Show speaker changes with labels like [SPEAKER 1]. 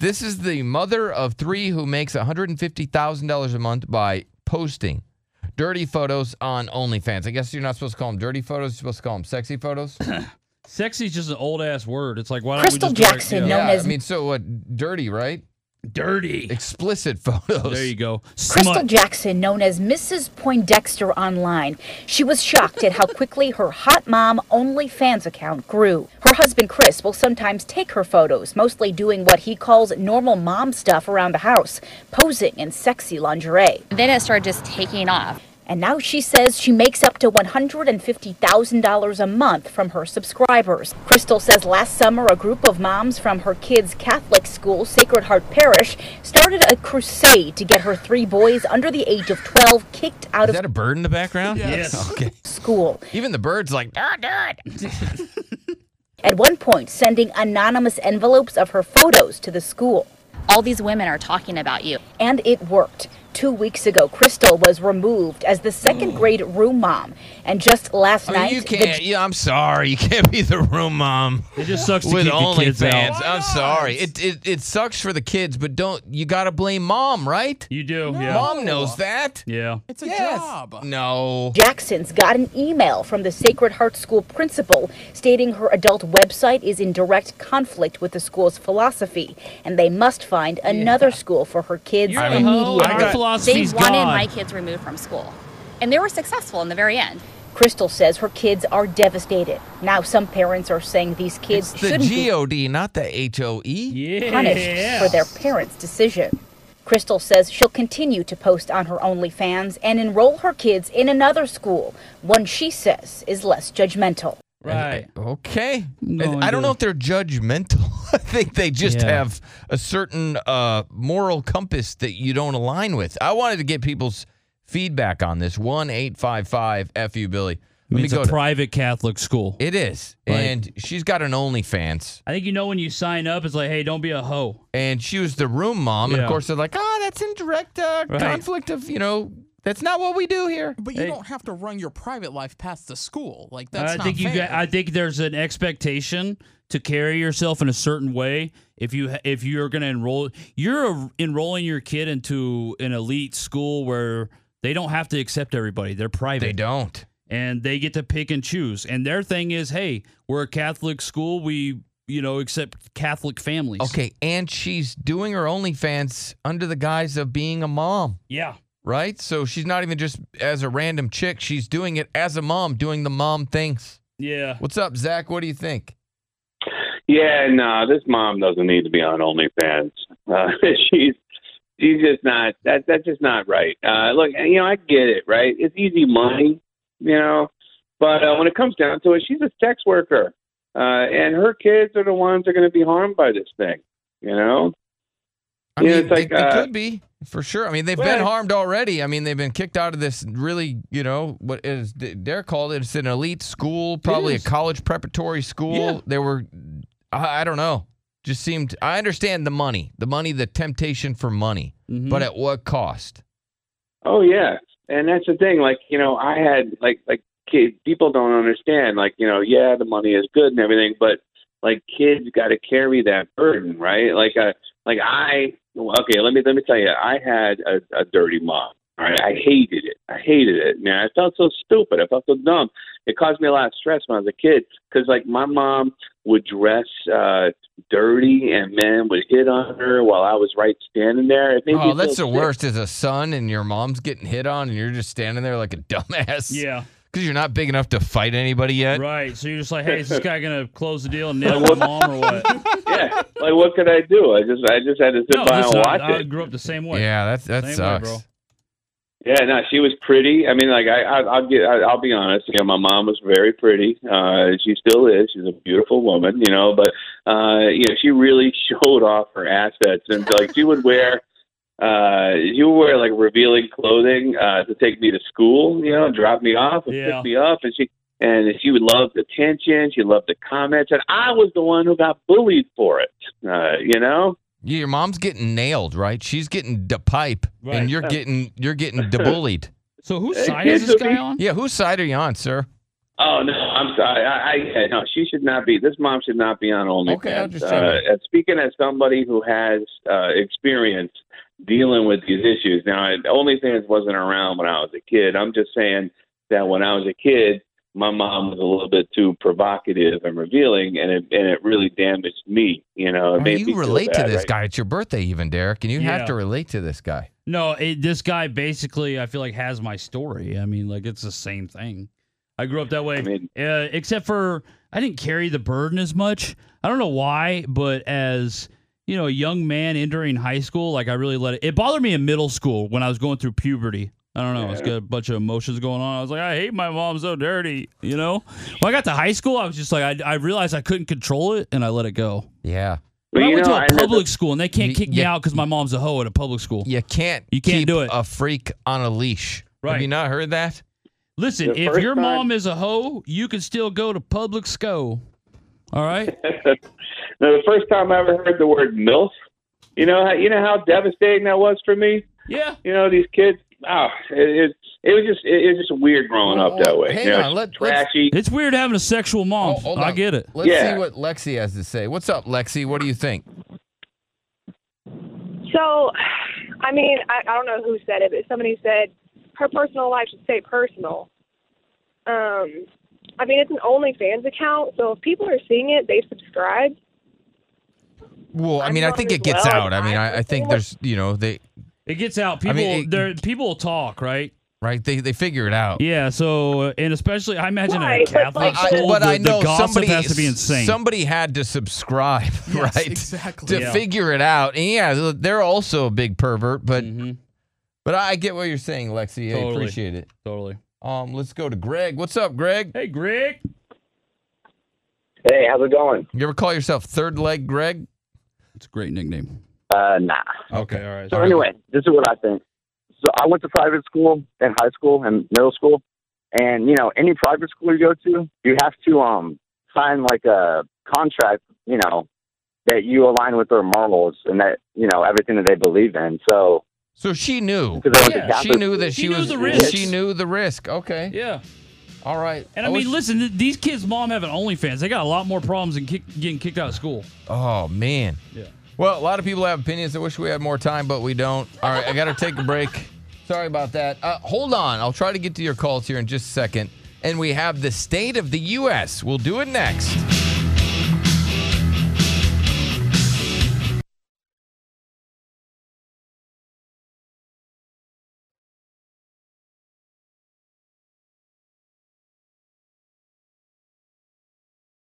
[SPEAKER 1] This is the mother of three who makes $150,000 a month by posting dirty photos on OnlyFans. I guess you're not supposed to call them dirty photos. You're supposed to call them sexy photos.
[SPEAKER 2] Sexy is just an old ass word. It's like why
[SPEAKER 3] Crystal
[SPEAKER 2] don't we just call it-
[SPEAKER 3] Jackson,
[SPEAKER 2] yeah.
[SPEAKER 3] known
[SPEAKER 1] yeah, I
[SPEAKER 3] as
[SPEAKER 1] mean, so what? Dirty, right?
[SPEAKER 2] dirty.
[SPEAKER 1] Explicit photos.
[SPEAKER 2] There you go.
[SPEAKER 3] Crystal
[SPEAKER 2] Smut.
[SPEAKER 3] Jackson, known as Mrs. Poindexter online. She was shocked at how quickly her hot mom OnlyFans account grew. Her husband Chris will sometimes take her photos, mostly doing what he calls normal mom stuff around the house, posing in sexy lingerie.
[SPEAKER 4] Then it started just taking off.
[SPEAKER 3] And now she says she makes up to $150,000 a month from her subscribers. Crystal says last summer a group of moms from her kids' Catholic school, Sacred Heart Parish, started a crusade to get her three boys under the age of 12 kicked
[SPEAKER 1] Is
[SPEAKER 3] out of
[SPEAKER 1] that a bird in the background?
[SPEAKER 2] Yes.
[SPEAKER 1] Okay.
[SPEAKER 3] school.
[SPEAKER 1] Even the bird's like, ah, do it.
[SPEAKER 3] At one point, sending anonymous envelopes of her photos to the school.
[SPEAKER 4] All these women are talking about you.
[SPEAKER 3] And it worked. Two weeks ago, Crystal was removed as the second grade room mom. And just
[SPEAKER 1] Mm.
[SPEAKER 3] last
[SPEAKER 1] I mean,
[SPEAKER 3] night,
[SPEAKER 1] you
[SPEAKER 3] the
[SPEAKER 1] can't. Yeah, I'm sorry. You can't be the room mom.
[SPEAKER 2] It just sucks to
[SPEAKER 1] with
[SPEAKER 2] kick the kids
[SPEAKER 1] OnlyFans.
[SPEAKER 2] out.
[SPEAKER 1] I'm sorry. It, it it sucks for the kids, but don't you gotta blame mom, right?
[SPEAKER 2] You do. Yeah.
[SPEAKER 1] Mom knows that.
[SPEAKER 2] Yeah.
[SPEAKER 5] It's a job.
[SPEAKER 1] No.
[SPEAKER 3] Jackson's got an email from the Sacred Heart School principal stating her adult website is in direct conflict with the school's philosophy and they must find another school for her kids
[SPEAKER 2] You're a hoe.
[SPEAKER 3] immediately.
[SPEAKER 2] Our
[SPEAKER 4] They
[SPEAKER 2] philosophy's
[SPEAKER 4] wanted
[SPEAKER 2] gone.
[SPEAKER 4] my kids removed from school. And they were successful in the very end.
[SPEAKER 3] Crystal says her kids are devastated. Now some parents are saying these kids
[SPEAKER 1] It's the
[SPEAKER 3] shouldn't
[SPEAKER 1] G O D, not the H O E.
[SPEAKER 3] be
[SPEAKER 2] yeah.
[SPEAKER 3] punished for their parents' decision. Crystal says she'll continue to post on her OnlyFans and enroll her kids in another school, one she says is less judgmental.
[SPEAKER 2] Right.
[SPEAKER 1] Okay.
[SPEAKER 2] I'm going
[SPEAKER 1] I don't
[SPEAKER 2] to-
[SPEAKER 1] know if they're judgmental. I think they just
[SPEAKER 2] Yeah.
[SPEAKER 1] have a certain uh, moral compass that you don't align with. I wanted to get people's feedback on this. One eight five five fu Billy.
[SPEAKER 2] I
[SPEAKER 1] Let
[SPEAKER 2] mean,
[SPEAKER 1] me
[SPEAKER 2] it's
[SPEAKER 1] go.
[SPEAKER 2] a
[SPEAKER 1] To,
[SPEAKER 2] private Catholic school.
[SPEAKER 1] it is,
[SPEAKER 2] Like-
[SPEAKER 1] and she's got an OnlyFans.
[SPEAKER 2] I think you know when you sign up, it's like, hey, don't be a hoe.
[SPEAKER 1] and she was the room mom. And
[SPEAKER 2] Yeah.
[SPEAKER 1] of course, they're like, oh, that's in direct uh,
[SPEAKER 2] Right.
[SPEAKER 1] conflict of, you know, that's not what we do here.
[SPEAKER 5] But you don't have to run your private life past the school. Like that's
[SPEAKER 2] I
[SPEAKER 5] not
[SPEAKER 2] think you.
[SPEAKER 5] fair.
[SPEAKER 2] Got, I think there's an expectation to carry yourself in a certain way. If you ha- if you're going to enroll, you're a, enrolling your kid into an elite school where they don't have to accept everybody. They're private.
[SPEAKER 1] They don't.
[SPEAKER 2] and they get to pick and choose. And their thing is, hey, we're a Catholic school. We, you know, accept Catholic families.
[SPEAKER 1] Okay. And she's doing her OnlyFans under the guise of being a mom,
[SPEAKER 2] Yeah.
[SPEAKER 1] right? So she's not even just as a random chick. She's doing it as a mom, doing the mom things.
[SPEAKER 2] Yeah.
[SPEAKER 1] What's up, Zach? What do you think?
[SPEAKER 6] Yeah, no, this mom doesn't need to be on OnlyFans. Uh, she's she's just not that that's just not right. Uh, look, you know, I get it, right? It's easy money, you know, but uh, when it comes down to it, she's a sex worker, uh, and her kids are the ones that are going to be harmed by this thing, you know.
[SPEAKER 1] I
[SPEAKER 6] Yeah,
[SPEAKER 1] mean,
[SPEAKER 6] it's like,
[SPEAKER 1] they, they
[SPEAKER 6] uh,
[SPEAKER 1] could be for sure. I mean, they've been
[SPEAKER 6] Well-
[SPEAKER 1] harmed already. I mean, they've been kicked out of this really, you know, what is they're called? It's an elite school, probably a
[SPEAKER 2] is.
[SPEAKER 1] college preparatory school.
[SPEAKER 2] Yeah.
[SPEAKER 1] They were, I, I don't know, just seemed. I understand the money, the money, the temptation for money,
[SPEAKER 2] Mhm.
[SPEAKER 6] Mm-hmm.
[SPEAKER 1] but at what cost?
[SPEAKER 6] Oh yeah, and that's the thing. Like you know, I had like like kid, people don't understand. Like you know, yeah, the money is good and everything, but like kids got to carry that burden, right? Like uh, like I okay, let me let me tell you, I had a, a dirty mom. All right, I hated it. I hated it, man. I felt so stupid. I felt so dumb. It caused me a lot of stress when I was a kid because like my mom would dress uh dirty and men would hit on her while I was right standing there. It made me
[SPEAKER 1] oh, that's the
[SPEAKER 6] feel sick.
[SPEAKER 1] worst as a son, and your mom's getting hit on, and you're just standing there like a dumbass.
[SPEAKER 2] Yeah.
[SPEAKER 1] because you're not big enough to fight anybody yet.
[SPEAKER 2] Right. So you're just like, hey, is this guy gonna close the deal and nail my mom or what?
[SPEAKER 6] yeah. Like, what could I do? I just, I just had to sit
[SPEAKER 2] No,
[SPEAKER 6] by and
[SPEAKER 2] listen, I,
[SPEAKER 6] watch
[SPEAKER 2] I
[SPEAKER 6] it.
[SPEAKER 2] grew up the same way.
[SPEAKER 1] Yeah, that's that
[SPEAKER 2] Same way,
[SPEAKER 1] sucks.
[SPEAKER 2] bro.
[SPEAKER 6] Yeah, no, she was pretty. I mean, like, I, I I'll get, I, I'll be honest. Yeah, my mom was very pretty. Uh, she still is. She's a beautiful woman, you know. But, uh, you know, she really showed off her assets, and like, she would wear. Uh, you wear like revealing clothing uh, to take me to school, you know, drop me off and
[SPEAKER 2] Yeah.
[SPEAKER 6] pick me up, and she and she would love the attention, she loved the comments, and I was the one who got bullied for it, uh, you know.
[SPEAKER 1] Yeah, your mom's getting nailed, right? She's getting the pipe,
[SPEAKER 2] Right.
[SPEAKER 1] and you're getting you're getting de bullied.
[SPEAKER 2] So whose
[SPEAKER 6] Hey,
[SPEAKER 2] side is
[SPEAKER 6] kids
[SPEAKER 2] this
[SPEAKER 6] will
[SPEAKER 2] guy
[SPEAKER 6] be-
[SPEAKER 2] on?
[SPEAKER 1] Yeah, whose side are you on, sir?
[SPEAKER 6] Oh no, I'm sorry. I, I yeah, no, she should not be. This mom should not be on OnlyFans.
[SPEAKER 1] Okay, I understand
[SPEAKER 6] uh, and speaking as somebody who has uh, experience dealing with these issues, now I- OnlyFans wasn't around when I was a kid. I'm just saying that when I was a kid, my mom was a little bit too provocative and revealing, and it and it really damaged me. You know, it
[SPEAKER 1] Well,
[SPEAKER 6] made me
[SPEAKER 1] you
[SPEAKER 6] feel
[SPEAKER 1] relate to
[SPEAKER 6] bad,
[SPEAKER 1] this
[SPEAKER 6] right?
[SPEAKER 1] guy. It's your birthday, even Derek, and you have
[SPEAKER 2] Yeah.
[SPEAKER 1] to relate to this guy.
[SPEAKER 2] No, it, this guy basically, I feel like, has my story. I mean, like, it's the same thing. I grew up that way,
[SPEAKER 6] I mean-
[SPEAKER 2] uh, except for I didn't carry the burden as much. I don't know why, but as you know, a young man entering high school, like I really let it. It bothered me in middle school when I was going through puberty. I don't know. It's got a bunch of emotions going on. I was like, I hate my mom so dirty. You know. When I got to high school, I was just like, I, I realized I couldn't control it, and I let it go.
[SPEAKER 1] Yeah,
[SPEAKER 6] But
[SPEAKER 2] But I
[SPEAKER 6] you
[SPEAKER 2] went
[SPEAKER 6] know,
[SPEAKER 2] to
[SPEAKER 6] I
[SPEAKER 2] a
[SPEAKER 6] never-
[SPEAKER 2] public school, and they can't
[SPEAKER 1] You-
[SPEAKER 2] kick me
[SPEAKER 1] you-
[SPEAKER 2] out because my mom's a hoe at a public school.
[SPEAKER 1] you can't.
[SPEAKER 2] You can't
[SPEAKER 1] keep
[SPEAKER 2] do it.
[SPEAKER 1] A freak on a leash. Have
[SPEAKER 2] Right.
[SPEAKER 1] you not heard that?
[SPEAKER 2] Listen,
[SPEAKER 6] The
[SPEAKER 2] if
[SPEAKER 6] first
[SPEAKER 2] your
[SPEAKER 6] time-
[SPEAKER 2] mom is a hoe, you can still go to public school. All right.
[SPEAKER 6] Now, the first time I ever heard the word MILF, you know, how, you know how devastating that was for me.
[SPEAKER 2] Yeah.
[SPEAKER 6] You know, these kids. Oh, it, it, it was just it, it was just weird growing
[SPEAKER 1] Well,
[SPEAKER 6] up that way.
[SPEAKER 1] hang
[SPEAKER 6] you know,
[SPEAKER 1] on,
[SPEAKER 6] it's
[SPEAKER 1] let- let's-
[SPEAKER 6] trashy.
[SPEAKER 2] It's weird having a sexual mom.
[SPEAKER 1] Oh, hold
[SPEAKER 2] I
[SPEAKER 1] on.
[SPEAKER 2] get it.
[SPEAKER 1] Let's
[SPEAKER 6] Yeah.
[SPEAKER 1] see what Lexi has to say. What's up, Lexi? What do you think?
[SPEAKER 7] So, I mean, I, I don't know who said it, but somebody said her personal life should stay personal. Um, I mean, it's an OnlyFans account, so if people are seeing it, they subscribe.
[SPEAKER 1] Well, I
[SPEAKER 7] I'm
[SPEAKER 1] mean, I
[SPEAKER 7] not
[SPEAKER 1] think
[SPEAKER 7] as
[SPEAKER 1] it gets
[SPEAKER 7] well
[SPEAKER 1] out. I
[SPEAKER 7] as
[SPEAKER 1] mean,
[SPEAKER 7] I
[SPEAKER 1] I, I
[SPEAKER 7] was
[SPEAKER 1] think
[SPEAKER 7] doing.
[SPEAKER 1] there's, you know, they
[SPEAKER 2] It gets out.
[SPEAKER 1] I
[SPEAKER 2] People,
[SPEAKER 1] mean, it-
[SPEAKER 2] there, people talk, right?
[SPEAKER 1] right, they they figure it out.
[SPEAKER 2] Yeah. So, uh, and especially, I imagine in a
[SPEAKER 7] Right, but
[SPEAKER 2] Catholic
[SPEAKER 7] like-
[SPEAKER 1] I-
[SPEAKER 2] school,
[SPEAKER 1] but
[SPEAKER 2] the,
[SPEAKER 1] I know
[SPEAKER 2] the gossip
[SPEAKER 1] somebody
[SPEAKER 2] has to be insane.
[SPEAKER 1] Somebody had to subscribe,
[SPEAKER 5] Yes,
[SPEAKER 1] right?
[SPEAKER 5] exactly.
[SPEAKER 1] To
[SPEAKER 2] Yeah.
[SPEAKER 1] figure it out. And yeah, they're also a big pervert, but
[SPEAKER 2] Mhm,
[SPEAKER 1] but I get what you're saying, Lexi. I
[SPEAKER 2] Totally.
[SPEAKER 1] appreciate it.
[SPEAKER 2] totally.
[SPEAKER 1] Um, let's go to Greg. What's up, Greg?
[SPEAKER 2] Hey, Greg.
[SPEAKER 8] Hey, how's it going?
[SPEAKER 1] You ever call yourself third leg Greg?
[SPEAKER 2] It's a great nickname.
[SPEAKER 8] Uh, nah.
[SPEAKER 1] Okay.
[SPEAKER 2] All right.
[SPEAKER 8] So anyway, this is what I think. So I went to private school in high school and middle school, and you know, any private school you go to, you have to um sign like a contract, you know, that you align with their morals and that you know everything that they believe in. So
[SPEAKER 1] So she knew.
[SPEAKER 8] because I went
[SPEAKER 2] Yeah,
[SPEAKER 8] to Catholic,
[SPEAKER 1] She knew that she,
[SPEAKER 2] She knew
[SPEAKER 1] was.
[SPEAKER 2] the risks.
[SPEAKER 1] She knew the risk. Okay.
[SPEAKER 2] Yeah.
[SPEAKER 1] All right.
[SPEAKER 2] And I
[SPEAKER 1] Oh,
[SPEAKER 2] mean,
[SPEAKER 1] she-
[SPEAKER 2] listen, th- these kids' mom have an OnlyFans. They got a lot more problems than kick, getting kicked out of school.
[SPEAKER 1] Oh man.
[SPEAKER 2] Yeah.
[SPEAKER 1] Well, a lot of people have opinions. I wish we had more time, but we don't. All right, I got to take a break. Sorry about that. Uh, hold on. I'll try to get to your calls here in just a second. And we have the state of the U.S. We'll do it next.